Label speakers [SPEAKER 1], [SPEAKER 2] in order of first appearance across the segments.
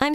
[SPEAKER 1] I'm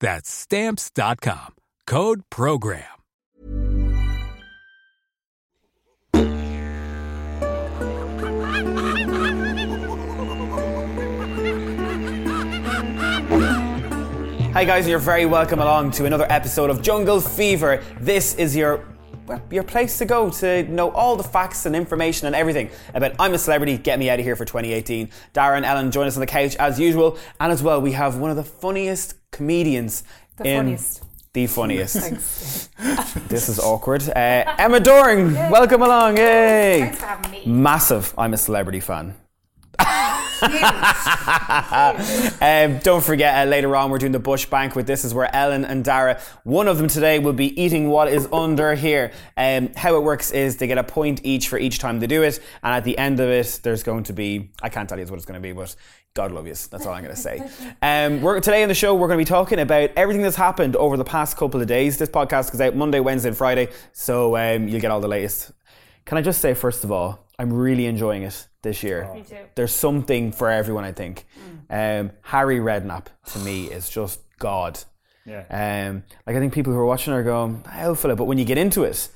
[SPEAKER 2] That's stamps.com. Code program.
[SPEAKER 3] Hi guys, you're very welcome along to another episode of Jungle Fever. This is your well, your place to go to know all the facts and information and everything about I'm a Celebrity, Get Me Out of Here for 2018. Darren Ellen join us on the couch as usual, and as well we have one of the funniest comedians
[SPEAKER 4] The
[SPEAKER 3] in
[SPEAKER 4] funniest.
[SPEAKER 3] the funniest. this is awkward. Uh, Emma Doring, welcome along. Yay!
[SPEAKER 4] Thanks for having me.
[SPEAKER 3] Massive. I'm a celebrity fan. um, don't forget, uh, later on, we're doing the Bush Banquet. This is where Ellen and Dara, one of them today, will be eating what is under here. Um, how it works is they get a point each for each time they do it, and at the end of it, there's going to be I can't tell you what it's going to be, but God love yous. That's all I'm going to say. Um, we're, today on the show, we're going to be talking about everything that's happened over the past couple of days. This podcast goes out Monday, Wednesday, and Friday, so um, you'll get all the latest. Can I just say, first of all, I'm really enjoying it this year. Me too. There's something for everyone, I think. Um, Harry Redknapp, to me, is just God. Yeah. Um, like, I think people who are watching are going, hell, fella. But when you get into it,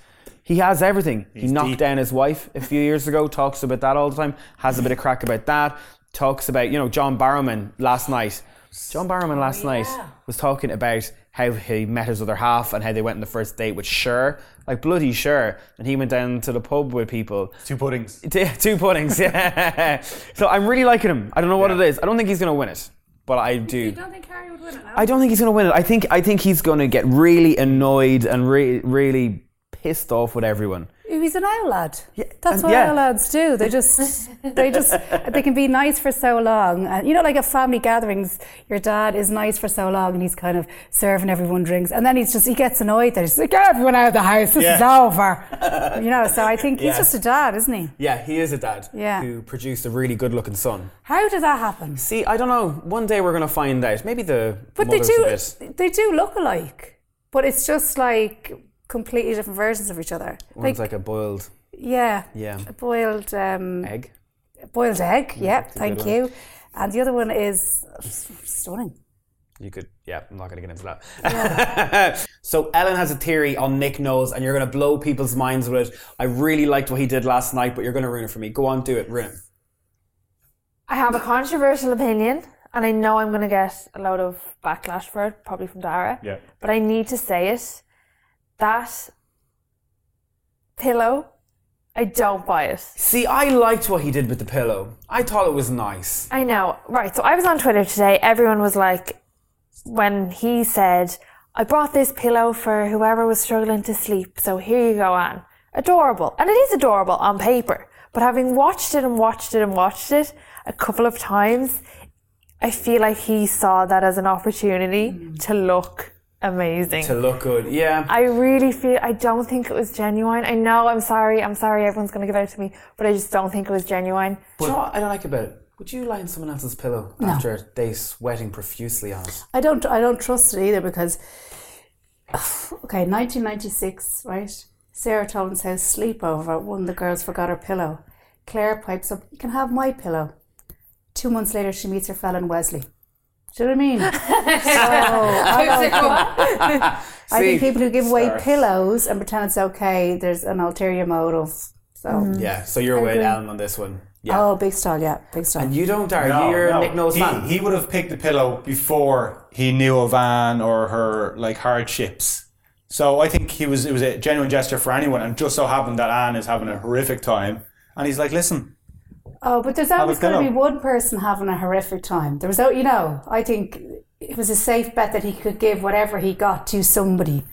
[SPEAKER 3] he has everything. he knocked down his wife a few years ago, talks about that all the time, has a bit of crack about that, talks about, you know, John Barrowman last night. John Barrowman last night was talking about how he met his other half and how they went on the first date with Cher, like bloody Cher, and he went down to the pub with people.
[SPEAKER 5] Two puddings.
[SPEAKER 3] T- Two puddings, yeah. so I'm really liking him. I don't know what it is. I don't think he's going to win it, but I do.
[SPEAKER 4] don't think Harry would win it.
[SPEAKER 3] I don't think he's going to win it. I think I think he's going to get really annoyed and re- really pissed off with everyone.
[SPEAKER 4] He's an owl lad. That's
[SPEAKER 3] and-
[SPEAKER 4] what
[SPEAKER 3] yeah.
[SPEAKER 4] owl lads do. They just, they just, they can be nice for so long. And you know, like at family gatherings, your dad is nice for so long, and he's kind of serving everyone drinks, and then he's just he gets annoyed that he's like, get everyone out of the house. This is
[SPEAKER 5] Yeah.
[SPEAKER 4] over. you know. So I think he's
[SPEAKER 3] Yeah.
[SPEAKER 4] just a dad, isn't he?
[SPEAKER 3] Yeah, he is a dad
[SPEAKER 4] Yeah.
[SPEAKER 3] who produced a really good-looking son.
[SPEAKER 4] How did that happen?
[SPEAKER 3] See, I don't know. One day we're going to find out. Maybe the
[SPEAKER 4] But they
[SPEAKER 3] mother's a
[SPEAKER 4] do,
[SPEAKER 3] bit-
[SPEAKER 4] they do look alike, but it's just like completely different versions of each other.
[SPEAKER 3] One's like a boiled
[SPEAKER 4] yeah,
[SPEAKER 3] Yeah.
[SPEAKER 4] a boiled um,
[SPEAKER 3] egg.
[SPEAKER 4] Boiled egg, yeah,
[SPEAKER 3] that's a
[SPEAKER 4] thank
[SPEAKER 3] good one.
[SPEAKER 4] you. And the other one is stunning.
[SPEAKER 3] You could, yeah, I'm not going to get into that. so, Ellen has a theory on Nick Knowles, and you're going to blow people's minds with it. I really liked what he did last night, but you're going to ruin it for me. Go on, do it, ruin it.
[SPEAKER 6] I have a controversial opinion, and I know I'm going to get a lot of backlash for it, probably from Dara.
[SPEAKER 5] Yeah.
[SPEAKER 6] But I need to say it. That pillow, I don't buy it.
[SPEAKER 3] See, I liked what he did with the pillow. I thought it was nice.
[SPEAKER 6] I know. Right. So I was on Twitter today. Everyone was like, when he said, I brought this pillow for whoever was struggling to sleep. So here you go, Anne. Adorable. And it is adorable on paper. But having watched it and watched it and watched it a couple of times, I feel like he saw that as an opportunity to look amazing.
[SPEAKER 3] Mm. To look good, yeah.
[SPEAKER 6] I really feel I don't think it was genuine. I know I'm sorry, I'm sorry everyone's gonna give out to me, but I just don't think it was genuine.
[SPEAKER 3] But you know what I don't like about it? Would you lie on someone else's pillow after they sweating profusely on it?
[SPEAKER 4] I don't, I don't trust it either because, okay, 1996, right? Sarah Tolan's house sleepover, one of the girls forgot her pillow. Claire pipes up, You can have my pillow. Two months later, she meets her fellow in Wesley. Do you know what I mean? so, I don't think- I think
[SPEAKER 3] See?
[SPEAKER 4] people who give away
[SPEAKER 3] Sorry.
[SPEAKER 4] pillows and pretend it's okay, there's an ulterior motive. So,
[SPEAKER 3] Yeah, so you're with Alan on this one. Yeah.
[SPEAKER 4] oh, big style, yeah, big style.
[SPEAKER 3] And you don't, Dara.
[SPEAKER 5] No,
[SPEAKER 3] you're
[SPEAKER 5] no.
[SPEAKER 3] Nick Knowles
[SPEAKER 5] he,
[SPEAKER 3] fan.
[SPEAKER 5] he would have picked the pillow before he knew of Anne or her like hardships. So I think he was it was a genuine gesture for anyone, and just so happened that Anne is having a horrific time, and he's like, "Listen,
[SPEAKER 4] Oh, but there's always
[SPEAKER 5] Have a
[SPEAKER 4] going to be
[SPEAKER 5] pillow.
[SPEAKER 4] one person having a horrific time. There was, no- you know, I think it was a safe bet that he could give whatever he got to somebody.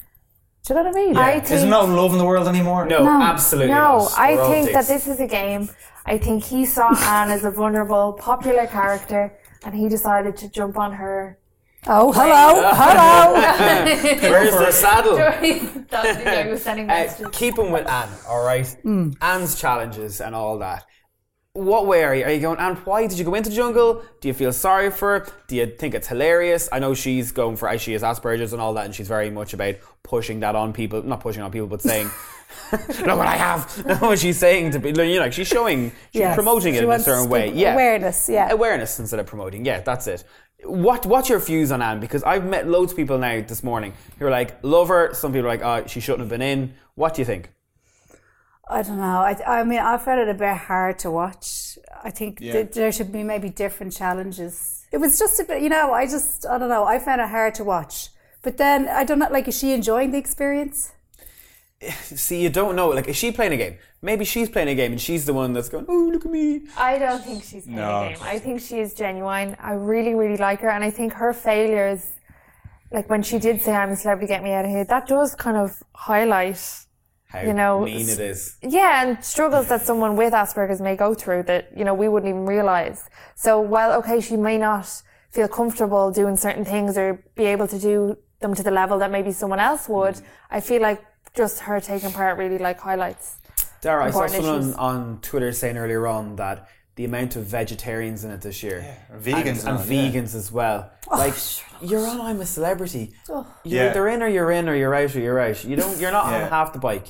[SPEAKER 4] Do you know what I mean?
[SPEAKER 6] I
[SPEAKER 5] there's
[SPEAKER 6] think
[SPEAKER 5] no love in the world anymore."
[SPEAKER 3] no, absolutely
[SPEAKER 6] No,
[SPEAKER 3] not.
[SPEAKER 6] I
[SPEAKER 3] We're all
[SPEAKER 6] think that
[SPEAKER 3] dicks.
[SPEAKER 6] this is a game. I think he saw Anne as a vulnerable, popular character, and he decided to jump on her.
[SPEAKER 4] Oh, hello, hello.
[SPEAKER 3] Where's the saddle?
[SPEAKER 6] That's the I was sending
[SPEAKER 3] Uh, keep him with Anne, all right? Anne's challenges and all that. What way are you? Are you going, Anne, why did you go into the jungle? Do you feel sorry for her? Do you think it's hilarious? I know she's going for, she has Asperger's and all that, and she's very much about pushing that on people. Not pushing on people, but saying, look what I have. Look what she's saying to people. You know, she's showing, she's
[SPEAKER 4] Yes.
[SPEAKER 3] promoting it
[SPEAKER 4] She
[SPEAKER 3] in a
[SPEAKER 4] wants
[SPEAKER 3] certain way.
[SPEAKER 4] people-
[SPEAKER 3] Yeah. Uh,
[SPEAKER 4] awareness, yeah.
[SPEAKER 3] Awareness instead of promoting. Yeah, that's it. What What's your views on Anne? Because I've met loads of people now this morning who are like, love her. Some people are like, oh, she shouldn't have been in. What do you think?
[SPEAKER 4] I don't know. I, I mean, I found it a bit hard to watch. I think th- there should be maybe different challenges. It was just a bit, you know, I just, I don't know. I found it hard to watch. But then, I don't know, like, is she enjoying the experience?
[SPEAKER 3] See, you don't know. Like, is she playing a game? Maybe she's playing a game and she's the one that's going, oh, look at me.
[SPEAKER 6] I don't think she's playing a game. I think she is genuine. I really, really like her, and I think her failures, like when she did say, "I'm a celebrity, get me out of here," that does kind of highlight
[SPEAKER 3] How
[SPEAKER 6] You know,
[SPEAKER 3] mean it
[SPEAKER 6] s-
[SPEAKER 3] is.
[SPEAKER 6] Yeah, and struggles that someone with Asperger's may go through that, you know, we wouldn't even realize. So while, okay, she may not feel comfortable doing certain things or be able to do them to the level that maybe someone else would, I feel like just her taking part really like highlights.
[SPEAKER 3] Dara, I saw
[SPEAKER 6] Important
[SPEAKER 3] someone
[SPEAKER 6] issues.
[SPEAKER 3] on Twitter saying earlier on that the amount of vegetarians in it this year.
[SPEAKER 5] vegans
[SPEAKER 3] And, and
[SPEAKER 5] and all, yeah.
[SPEAKER 3] vegans as well. like, you're on I'm a Celebrity. You're
[SPEAKER 5] Yeah.
[SPEAKER 3] either in or you're in or you're out or you're out. You don't, you're not on
[SPEAKER 5] Yeah.
[SPEAKER 3] half the bike.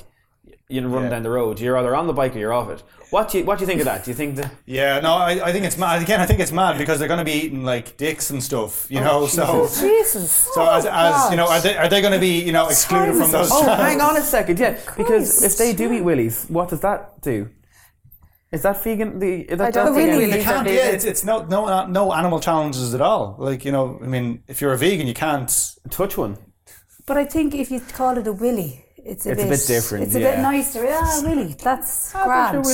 [SPEAKER 3] You know, running
[SPEAKER 5] Yeah.
[SPEAKER 3] down the road. You're either on the bike or you're off it. What do you, what do you think of that? Do you think that...
[SPEAKER 5] Yeah, no, I, I think it's mad. Again, I think it's mad because they're going to be eating like dicks and stuff, you know. so,
[SPEAKER 4] Jesus. Oh,
[SPEAKER 5] so as, as you know, are they, are they going to be you know excluded from those?
[SPEAKER 3] Oh,
[SPEAKER 5] trials?
[SPEAKER 3] hang on a second, yeah. Because if they do eat willies, what does that do? Is that vegan? The that, I
[SPEAKER 6] don't think
[SPEAKER 5] You
[SPEAKER 6] These are
[SPEAKER 5] can't. Yeah,
[SPEAKER 6] vegan.
[SPEAKER 5] it's, it's no no not- no animal challenges at all. Like you know, I mean, if you're a vegan, you can't.
[SPEAKER 3] touch one.
[SPEAKER 4] But I think if you call it a willy, it's a
[SPEAKER 3] It's a
[SPEAKER 4] bit,
[SPEAKER 3] bit different,
[SPEAKER 4] It's a bit
[SPEAKER 3] yeah.
[SPEAKER 4] nicer. Ah, willy, that's grand.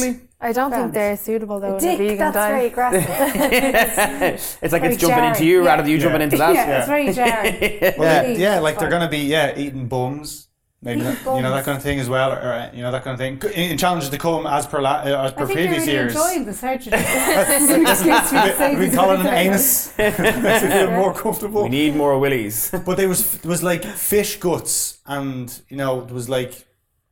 [SPEAKER 6] I don't think they're suitable though in a
[SPEAKER 4] Dick,
[SPEAKER 6] vegan
[SPEAKER 4] that's very
[SPEAKER 6] diet.
[SPEAKER 4] graphic.
[SPEAKER 3] it's like it's jumping
[SPEAKER 4] Very
[SPEAKER 3] into
[SPEAKER 4] jarring,
[SPEAKER 3] you
[SPEAKER 4] yeah.
[SPEAKER 3] rather than you jumping into that.
[SPEAKER 4] yeah, it's very jarring.
[SPEAKER 5] Yeah,
[SPEAKER 4] Willy.
[SPEAKER 5] yeah, like they're gonna be yeah eating bums, maybe that, you know that kind of thing as well, or, uh, you know that kind of thing. In, in challenges to come as per la, uh, as per
[SPEAKER 4] I think
[SPEAKER 5] previous
[SPEAKER 4] they're really
[SPEAKER 5] years.
[SPEAKER 4] enjoying the surgery. This is an excuse for the sake
[SPEAKER 5] we
[SPEAKER 4] of
[SPEAKER 5] call it an
[SPEAKER 4] surgery.
[SPEAKER 5] anus. Makes you feel more comfortable.
[SPEAKER 3] We need more willies.
[SPEAKER 5] But there was there was like fish guts, and you know there was like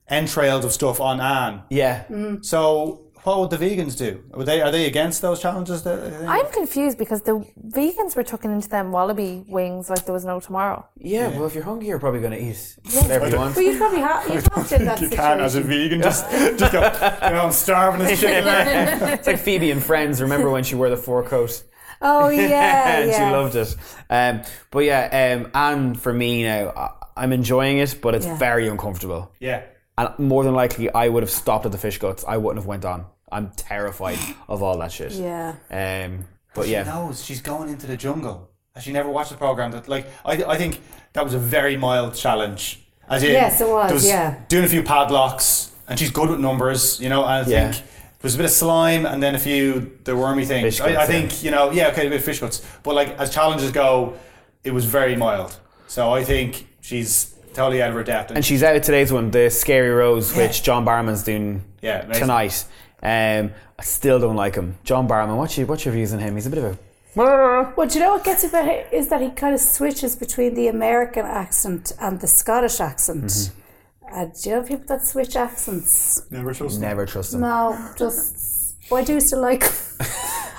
[SPEAKER 5] entrails of stuff on Anne.
[SPEAKER 3] yeah.
[SPEAKER 5] So what would the vegans do? Are they are they against those challenges? That, I think?
[SPEAKER 6] I'm confused because the vegans were tucking into them wallaby wings like there was no tomorrow.
[SPEAKER 3] yeah. Well, if you're hungry, you're probably going to eat whatever you want.
[SPEAKER 4] But you probably have, you have to in that
[SPEAKER 5] you
[SPEAKER 4] situation.
[SPEAKER 5] can as a vegan just just go. You know, I'm starving as chicken.
[SPEAKER 3] it's like Phoebe and Friends. Remember when she wore the fur coat?
[SPEAKER 4] oh yeah,
[SPEAKER 3] and
[SPEAKER 4] yeah.
[SPEAKER 3] she loved it. Um, but yeah, um, and for me now, I- I'm enjoying it, but it's
[SPEAKER 4] Yeah.
[SPEAKER 3] very uncomfortable.
[SPEAKER 5] yeah.
[SPEAKER 3] and more than likely I would have stopped at the fish guts. I wouldn't have went on. I'm terrified of all that shit.
[SPEAKER 4] Yeah.
[SPEAKER 3] Um. But
[SPEAKER 5] She
[SPEAKER 3] yeah.
[SPEAKER 5] knows she's going into the jungle. And She never watched the program. That like I, I think that was a very mild challenge. As in,
[SPEAKER 4] Yes, it was,
[SPEAKER 5] there
[SPEAKER 4] yeah.
[SPEAKER 5] doing a few padlocks, and she's good with numbers. You know, and I
[SPEAKER 3] Yeah.
[SPEAKER 5] think there was a bit of slime, and then a few the wormy things.
[SPEAKER 3] Fish
[SPEAKER 5] I,
[SPEAKER 3] guts,
[SPEAKER 5] I think you know, yeah, okay, a bit of fish guts. But like as challenges go, it was very mild. So I think she's totally out of her depth.
[SPEAKER 3] And she's out of today's one, the Scary Rose, which John Barman's doing
[SPEAKER 5] Yeah, amazing.
[SPEAKER 3] tonight. Um, I still don't like him. John Barman, what's your what's your views on him? He's a bit of a
[SPEAKER 4] Well, do you know what gets about it is that he kind of switches between the American accent and the Scottish accent.
[SPEAKER 3] Mm-hmm.
[SPEAKER 4] And do you know people that switch accents?
[SPEAKER 5] never trust
[SPEAKER 3] never trust him.
[SPEAKER 4] No, just why do you still like?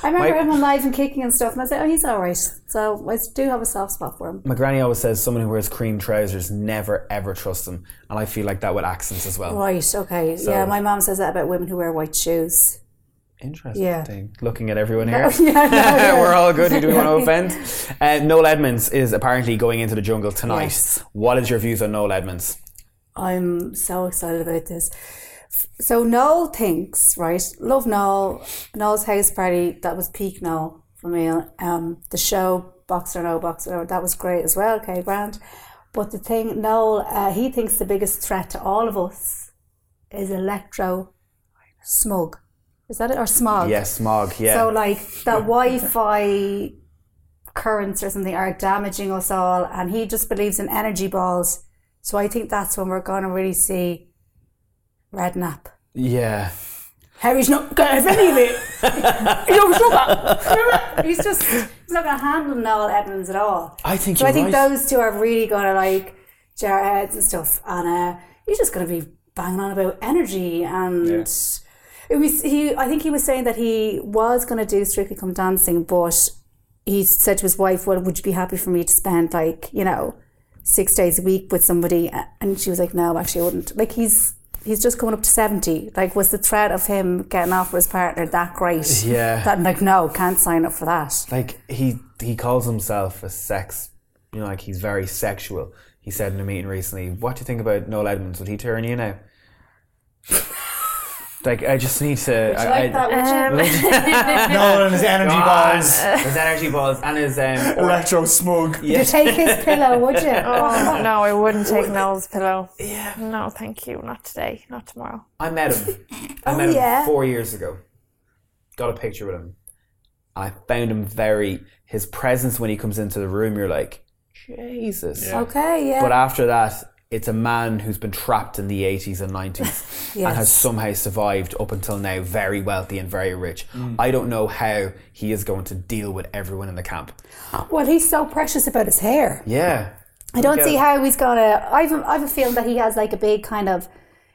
[SPEAKER 4] I remember
[SPEAKER 3] My-
[SPEAKER 4] him on live and kicking and stuff, and I said, "Oh, he's all right." So I do have a soft spot for him.
[SPEAKER 3] My granny always says someone who wears cream trousers never ever trust them, and I feel like that with accents as well.
[SPEAKER 4] Right. Okay. yeah, my mom says that about women who wear white shoes.
[SPEAKER 3] Interesting.
[SPEAKER 4] Yeah.
[SPEAKER 3] Looking at everyone here.
[SPEAKER 4] yeah, no, yeah.
[SPEAKER 3] We're all good. Do we want to offend? Uh, Noel Edmonds is apparently going into the jungle tonight.
[SPEAKER 4] Yes.
[SPEAKER 3] What is your views on Noel Edmonds?
[SPEAKER 4] I'm so excited about this. So Noel thinks, right? Love Noel. Noel's house party, that was peak Noel for me. Um, the show, Boxer No Boxer, that was great as well, okay, Grant. But the thing, Noel, uh, he thinks the biggest threat to all of us is electro smog. Is that it? Or smog?
[SPEAKER 3] Yes, Mog. Yeah.
[SPEAKER 4] So like the Wi-Fi currents or something are damaging us all, and he just believes in energy balls. So I think that's when we're going to really see red nap.
[SPEAKER 3] yeah.
[SPEAKER 4] Harry's not going to have any of it. he's just he's not going to handle Noel Edmonds at all.
[SPEAKER 3] I think
[SPEAKER 4] so.
[SPEAKER 3] you're
[SPEAKER 4] I think
[SPEAKER 3] right.
[SPEAKER 4] those two are really going to like jar heads and stuff, and uh, he's just going to be banging on about energy and. It was he. I think he was saying that he was going to do Strictly Come Dancing, but he said to his wife, "Well, would you be happy for me to spend like you know six days a week with somebody?" A- And she was like, "No, actually, I wouldn't." Like he's he's just coming up to seventy. Like, was the threat of him getting off with his partner that great?
[SPEAKER 3] Yeah.
[SPEAKER 4] That like no, can't sign up for that.
[SPEAKER 3] Like he he calls himself a sex. You know, like he's very sexual. He said in a meeting recently, "What do you think about Noel Edmonds? Would he turn you now?" like I just need to. I, I-
[SPEAKER 4] Um,
[SPEAKER 5] Nolan and his energy balls,
[SPEAKER 3] his energy balls and his um,
[SPEAKER 5] electro smug.
[SPEAKER 4] You take his pillow, would you?
[SPEAKER 6] Oh, no, I wouldn't take Noel's pillow. Yeah. No, thank you. Not today. Not tomorrow.
[SPEAKER 3] I met him. I met him
[SPEAKER 4] yeah.
[SPEAKER 3] four years ago. Got a picture with him. I found him very. His presence when he comes into the room, you're like, Jesus.
[SPEAKER 4] Okay, yeah.
[SPEAKER 3] But after that, it's a man who's been trapped in the 80s and 90s and has somehow survived up until now, very wealthy and very rich.
[SPEAKER 4] Mm.
[SPEAKER 3] I don't know how he is going to deal with everyone in the camp.
[SPEAKER 4] well, he's so precious about his hair.
[SPEAKER 3] Yeah.
[SPEAKER 4] I don't
[SPEAKER 3] Okay.
[SPEAKER 4] see how he's gonna. I've I've a feeling that he has like a big kind of,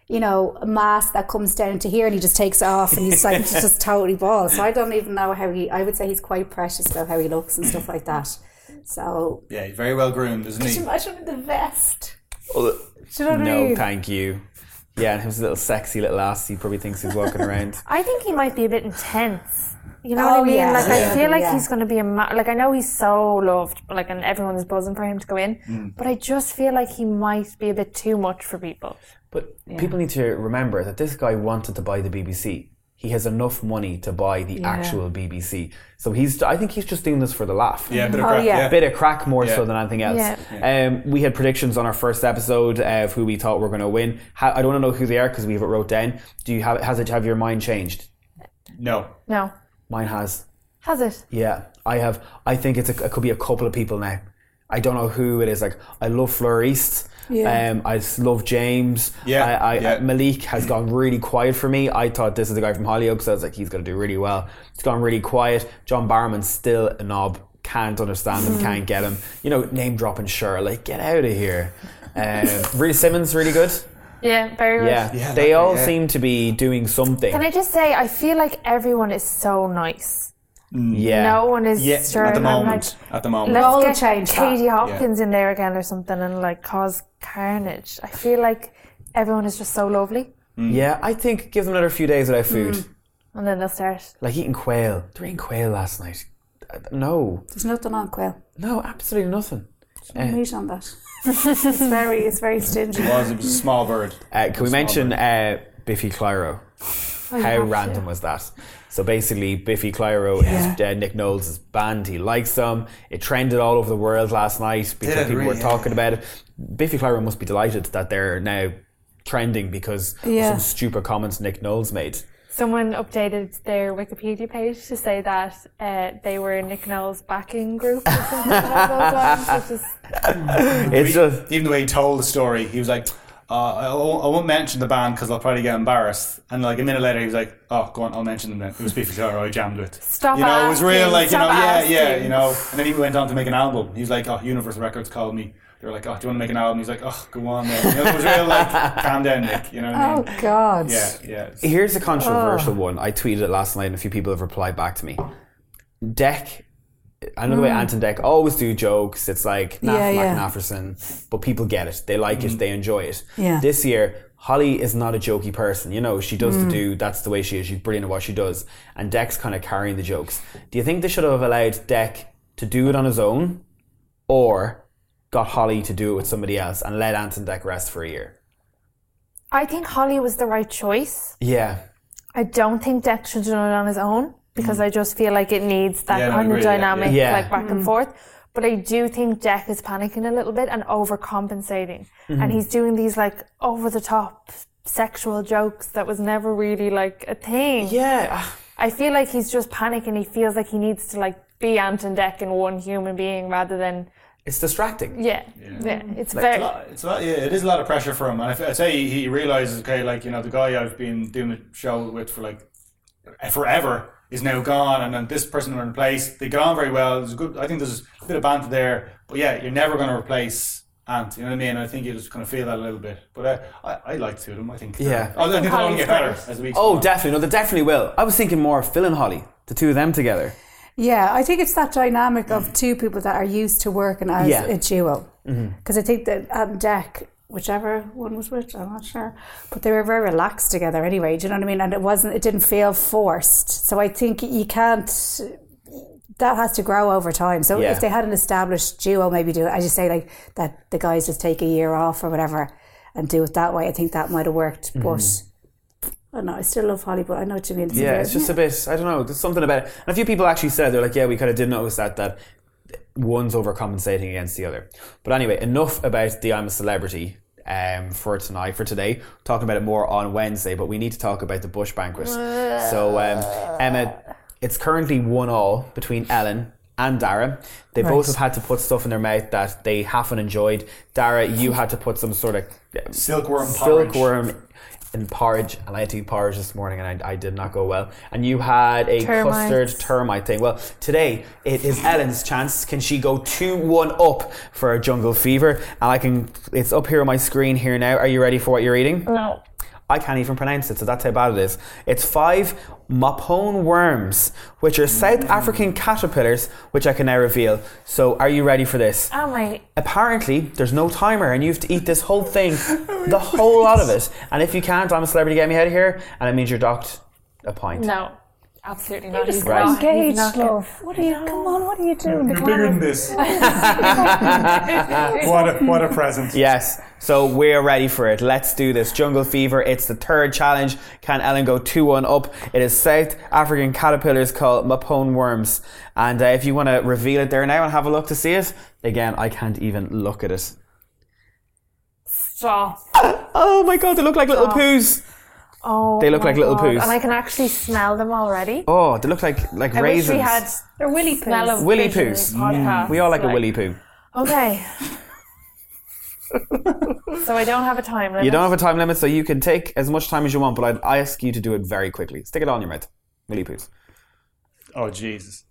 [SPEAKER 4] you know, mask that comes down to here, and he just takes it off, and he's like he's just totally bald. So I don't even know how he. I would say he's quite precious about how he looks and stuff like that. So
[SPEAKER 5] Yeah, he's very well groomed, isn't he?
[SPEAKER 4] imagine with the vest.
[SPEAKER 3] Well,
[SPEAKER 4] Do you know what I
[SPEAKER 3] No,
[SPEAKER 4] mean?
[SPEAKER 3] thank you. Yeah, and his little sexy little ass, he probably thinks he's walking around.
[SPEAKER 6] I think he might be a bit intense. You know what
[SPEAKER 4] Oh,
[SPEAKER 6] I mean?
[SPEAKER 4] yeah,
[SPEAKER 6] Like
[SPEAKER 4] yeah,
[SPEAKER 6] I feel like
[SPEAKER 4] yeah.
[SPEAKER 6] he's going to be a ma- like I know he's so loved, but, like and everyone's buzzing for him to go in. But I just feel like he might be a bit too much for people.
[SPEAKER 3] But people need to remember that this guy wanted to buy the BBC. He has enough money to buy the actual BBC. So he's I think he's just doing this for the laugh.
[SPEAKER 5] Yeah, a bit of crap.
[SPEAKER 4] Oh, yeah.
[SPEAKER 5] yeah.
[SPEAKER 3] Bit of crack more so
[SPEAKER 5] Yeah.
[SPEAKER 3] than anything else.
[SPEAKER 6] Yeah.
[SPEAKER 3] Um, we had predictions on our first episode uh, of who we thought were going to win. Ha- I don't know who they are because we have it wrote down. Do you have has it have your mind changed?
[SPEAKER 5] No.
[SPEAKER 6] No,
[SPEAKER 3] Mine has.
[SPEAKER 6] has it?
[SPEAKER 3] Yeah, I have. I think it's a, it could be a couple of people now. I don't know who it is. Like I love Fleur East.
[SPEAKER 4] Yeah.
[SPEAKER 3] Um, I s- love James.
[SPEAKER 5] Yeah,
[SPEAKER 3] I, I,
[SPEAKER 5] yeah.
[SPEAKER 3] Malik has gone really quiet for me. I thought this is the guy from Hollyoaks. I was like, he's going to do really well. He's gone really quiet. John Barrowman's still a knob. Can't understand him. Can't get him. You know, name dropping Sure, like Get out of here. Um, Rita Simmons, really good.
[SPEAKER 6] Yeah, very good.
[SPEAKER 3] Yeah, they all seem to be doing something.
[SPEAKER 6] Can I just say I feel like everyone is so nice.
[SPEAKER 3] yeah.
[SPEAKER 6] No one is
[SPEAKER 5] Yeah,
[SPEAKER 6] sure.
[SPEAKER 5] at the
[SPEAKER 6] and I'm
[SPEAKER 5] moment.
[SPEAKER 6] like,
[SPEAKER 5] At the moment.
[SPEAKER 6] Let's
[SPEAKER 4] Roll
[SPEAKER 6] get
[SPEAKER 4] change that.
[SPEAKER 6] Katie Hopkins in there again or something and like cause carnage. I feel like everyone is just so lovely.
[SPEAKER 3] Yeah, I think give them another few days
[SPEAKER 6] Hmm.
[SPEAKER 3] without food.
[SPEAKER 6] And then they'll start.
[SPEAKER 3] like eating quail. They were eating quail last night. Uh, No,
[SPEAKER 4] There's nothing on Quill.
[SPEAKER 3] no, absolutely nothing.
[SPEAKER 4] Meat on that. it's very it's very stingy.
[SPEAKER 5] It was, it was a small bird.
[SPEAKER 3] Uh, can we mention uh, Biffy Clyro? How random was that? So basically, Biffy Clyro is uh, Nick Knowles' band. He likes them. It trended all over the world last night because
[SPEAKER 5] Did it
[SPEAKER 3] people were
[SPEAKER 5] really?
[SPEAKER 3] talking about it. Biffy Clyro must be delighted that they're now trending because
[SPEAKER 4] Yeah.
[SPEAKER 3] of some stupid comments Nick Knowles made.
[SPEAKER 6] Someone updated their Wikipedia page to say that uh, they were Nick Knowles' backing group or something along those lines, which is
[SPEAKER 3] It's just
[SPEAKER 5] Even the way he told the story, he was like, uh, I, won't, I won't mention the band because I'll probably get embarrassed. And like a minute later, he was like, Oh, go on, I'll mention them then. It was Beefy Clara I jammed with.
[SPEAKER 6] Stop
[SPEAKER 5] You know, it was real,
[SPEAKER 6] asking,
[SPEAKER 5] like, you know,
[SPEAKER 6] stop
[SPEAKER 5] yeah, yeah,
[SPEAKER 6] asking.
[SPEAKER 5] you know. And then he went on to make an album. He was like, Oh, Universal Records called me. They were like, Oh, do you want to make an album? He's like, Oh, go on then. You know, it was real, like, calm down, Nick. You know what I
[SPEAKER 4] Oh
[SPEAKER 5] mean?
[SPEAKER 4] God.
[SPEAKER 5] Yeah, yeah.
[SPEAKER 4] Oh.
[SPEAKER 3] Here's a controversial one. I tweeted it last night, and a few people have replied back to me. Deck. Another way Anton Deck always do jokes. It's like Naff
[SPEAKER 4] Hmm. Yeah, yeah. Hmm.
[SPEAKER 3] McNafferson, but people get it. They like it. They enjoy it.
[SPEAKER 4] Yeah.
[SPEAKER 3] This year, Holly is not a jokey person. You know, she does
[SPEAKER 4] Hmm.
[SPEAKER 3] the do. That's the way she is. She's brilliant at what she does. And Deck's kind of carrying the jokes. Do you think they should have allowed Deck to do it on his own, or got Holly to do it with somebody else and let Anton Deck rest for a year?
[SPEAKER 6] I think Holly was the right choice.
[SPEAKER 3] Yeah.
[SPEAKER 6] I don't think Dex should do it on his own because I just feel like it needs that
[SPEAKER 5] Yeah, no, I
[SPEAKER 6] kind of
[SPEAKER 5] agree, yeah,
[SPEAKER 6] dynamic,
[SPEAKER 3] Hmm. yeah. Yeah.
[SPEAKER 6] like back and forth. But I do think Deck is panicking a little bit and overcompensating, and
[SPEAKER 3] Hmm.
[SPEAKER 6] he's doing these like over the top sexual jokes that was never really like a thing.
[SPEAKER 3] Yeah.
[SPEAKER 6] I feel like he's just panicking. He feels like he needs to like be Anton Deck and one human being rather than
[SPEAKER 3] It's distracting.
[SPEAKER 6] yeah, yeah. It's
[SPEAKER 5] It's
[SPEAKER 6] very
[SPEAKER 3] uh,
[SPEAKER 5] a lot, Uh, it's a lot, yeah, it is a lot of pressure for him. And I f- I'd say he, he realizes, okay, like, you know, the guy I've been doing the show with for like forever is now gone. And then this person will replace. They get on very well. There's a good, I think there's a bit of banter there. But yeah, you're never going to replace Ant. You know what I mean? I think you just kind of feel that a little bit. But uh, I, I like two of them. I think. they're-
[SPEAKER 3] Yeah.
[SPEAKER 5] I I think they'll only get better
[SPEAKER 6] Holly's
[SPEAKER 5] as the weeks
[SPEAKER 3] Oh,
[SPEAKER 5] go on.
[SPEAKER 3] definitely. No, they definitely will. I was thinking more of Phil and Holly, the two of them together.
[SPEAKER 4] Yeah, I think it's that dynamic of two people that are used to working as
[SPEAKER 3] Mm. Yeah. Mm-hmm.
[SPEAKER 4] a duo. Because I think that on deck, whichever one was which, I'm not sure, but they were very relaxed together anyway. Do you know what I mean? And it wasn't, it didn't feel forced. So I think you can't. That has to grow over time. So
[SPEAKER 3] Yeah.
[SPEAKER 4] if they had an established duo, maybe do it as you say, like that the guys just take a year off or whatever and do it that way. I think that might have worked.
[SPEAKER 3] Mm-hmm.
[SPEAKER 4] But I don't know. I still love Holly, but I know what you mean. It's a
[SPEAKER 3] Yeah,
[SPEAKER 4] bit-
[SPEAKER 3] it's just a bit. I don't know. There's something about it. And a few people actually said they're like, yeah, we kind of did notice that that one's overcompensating against the other. But anyway, enough about the I'm a celebrity. Um, for tonight, for today, talking about it more on Wednesday, but we need to talk about the Bush banquet. So, um, Emma, it's currently one all between Ellen and Dara. They both have had to put stuff in their mouth that they haven't enjoyed. Dara, you had to put some sort of
[SPEAKER 5] Silkworm porridge.
[SPEAKER 3] silkworm in porridge, and I had to eat porridge this morning, and I, I did not go well. And you had a
[SPEAKER 6] Termites.
[SPEAKER 3] custard termite thing. Well, today it is Ellen's chance. Can she go two one up for a jungle fever? And I can. It's up here on my screen here now. Are you ready for what you're eating?
[SPEAKER 6] no.
[SPEAKER 3] I can't even pronounce it, so that's how bad it is. It's five mapone worms, which are South African caterpillars, which I can now reveal. So, are you ready for this?
[SPEAKER 6] Am I?
[SPEAKER 3] apparently there's no timer and you have to eat this whole thing
[SPEAKER 6] Oh
[SPEAKER 3] the whole lot of it and if you can't i'm a celebrity get me out of here and it means you're docked a pint
[SPEAKER 6] No, absolutely not.
[SPEAKER 4] Just
[SPEAKER 6] He's
[SPEAKER 3] Right.
[SPEAKER 6] not. He's
[SPEAKER 4] engaged,
[SPEAKER 6] not gonna-
[SPEAKER 4] love. What are you? Come on, what are you doing?
[SPEAKER 5] You're bigger than this. what a what a present.
[SPEAKER 3] yes so we're ready for it let's do this jungle fever it's the third challenge can ellen go 2-1 up it is south african caterpillars called mapone worms and uh, if you want to reveal it there now and have a look to see it again i can't even look at it
[SPEAKER 6] Stop.
[SPEAKER 3] oh my god they look like little poos
[SPEAKER 6] Oh,
[SPEAKER 3] They look
[SPEAKER 6] my
[SPEAKER 3] like little
[SPEAKER 6] God.
[SPEAKER 3] poos.
[SPEAKER 6] and I can actually smell them already.
[SPEAKER 3] oh they look like like
[SPEAKER 6] I wish
[SPEAKER 3] raisins
[SPEAKER 6] we had
[SPEAKER 4] They're willy
[SPEAKER 6] smell of
[SPEAKER 3] Willy
[SPEAKER 6] vision
[SPEAKER 3] poos.
[SPEAKER 6] in
[SPEAKER 3] Mm.
[SPEAKER 6] this podcast.
[SPEAKER 3] we all like a willy poo
[SPEAKER 6] Okay. so I don't have a time limit.
[SPEAKER 3] You don't have a time limit, so you can take as much time as you want, but I'd I ask you to do it very quickly. Stick it on your mouth. Willy poos.
[SPEAKER 5] Oh Jesus.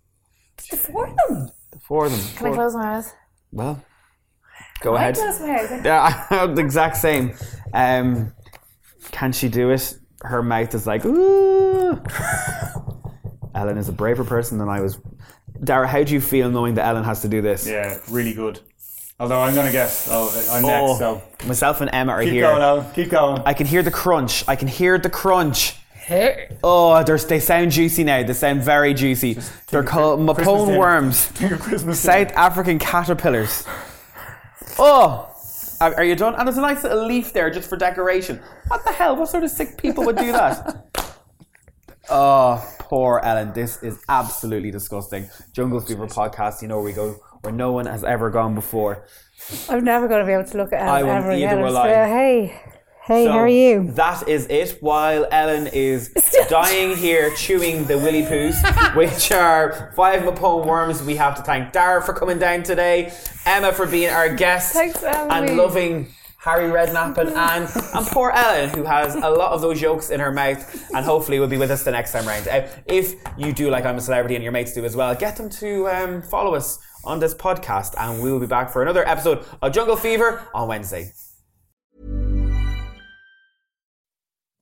[SPEAKER 4] for them.
[SPEAKER 3] Four of them.
[SPEAKER 6] Can I close my eyes?
[SPEAKER 3] Well, go ahead.
[SPEAKER 4] That's
[SPEAKER 3] Yeah, I'm the exact same. Um, can she do it? Her mouth is like, ooh. Ellen is a braver person than I was. Dara, how do you feel knowing that Ellen has to do this?
[SPEAKER 5] Yeah, really good. Although I'm gonna guess. Oh, I'm next. So
[SPEAKER 3] Myself and Emma are
[SPEAKER 5] keep
[SPEAKER 3] here.
[SPEAKER 5] going, Alan. Keep going.
[SPEAKER 3] I can hear the crunch. I can hear the crunch. Oh, they're, they sound juicy now. They sound very juicy. They're called
[SPEAKER 5] Christmas
[SPEAKER 3] mapone
[SPEAKER 5] dinner.
[SPEAKER 3] worms.
[SPEAKER 5] Think of Christmas.
[SPEAKER 3] South African caterpillars. Oh, are are you done? And there's a nice little leaf there just for decoration. What the hell? What sort of sick people would do that? oh, poor Ellen. This is absolutely disgusting. Jungle Fever podcast. You know where we go, where no one has ever gone before.
[SPEAKER 4] I'm never going to be able to look at
[SPEAKER 3] I
[SPEAKER 4] Ellen
[SPEAKER 3] wouldn't
[SPEAKER 4] ever
[SPEAKER 3] either,
[SPEAKER 4] again. and
[SPEAKER 3] will I?
[SPEAKER 4] say, Hey, hey,
[SPEAKER 3] So
[SPEAKER 4] how are you?
[SPEAKER 3] That is it. While Ellen is dying here, chewing the willy poos, which are five Mapone worms. We have to thank Dara for coming down today, Emma for being our guest,
[SPEAKER 6] Thanks, Emma.
[SPEAKER 3] and loving. Harry Redknapp and Anne, and poor Ellen, who has a lot of those jokes in her mouth, and hopefully will be with us the next time round. Uh, if you do like I'm a Celebrity and your mates do as well, get them to um, follow us on this podcast, and we will be back for another episode of Jungle Fever on Wednesday.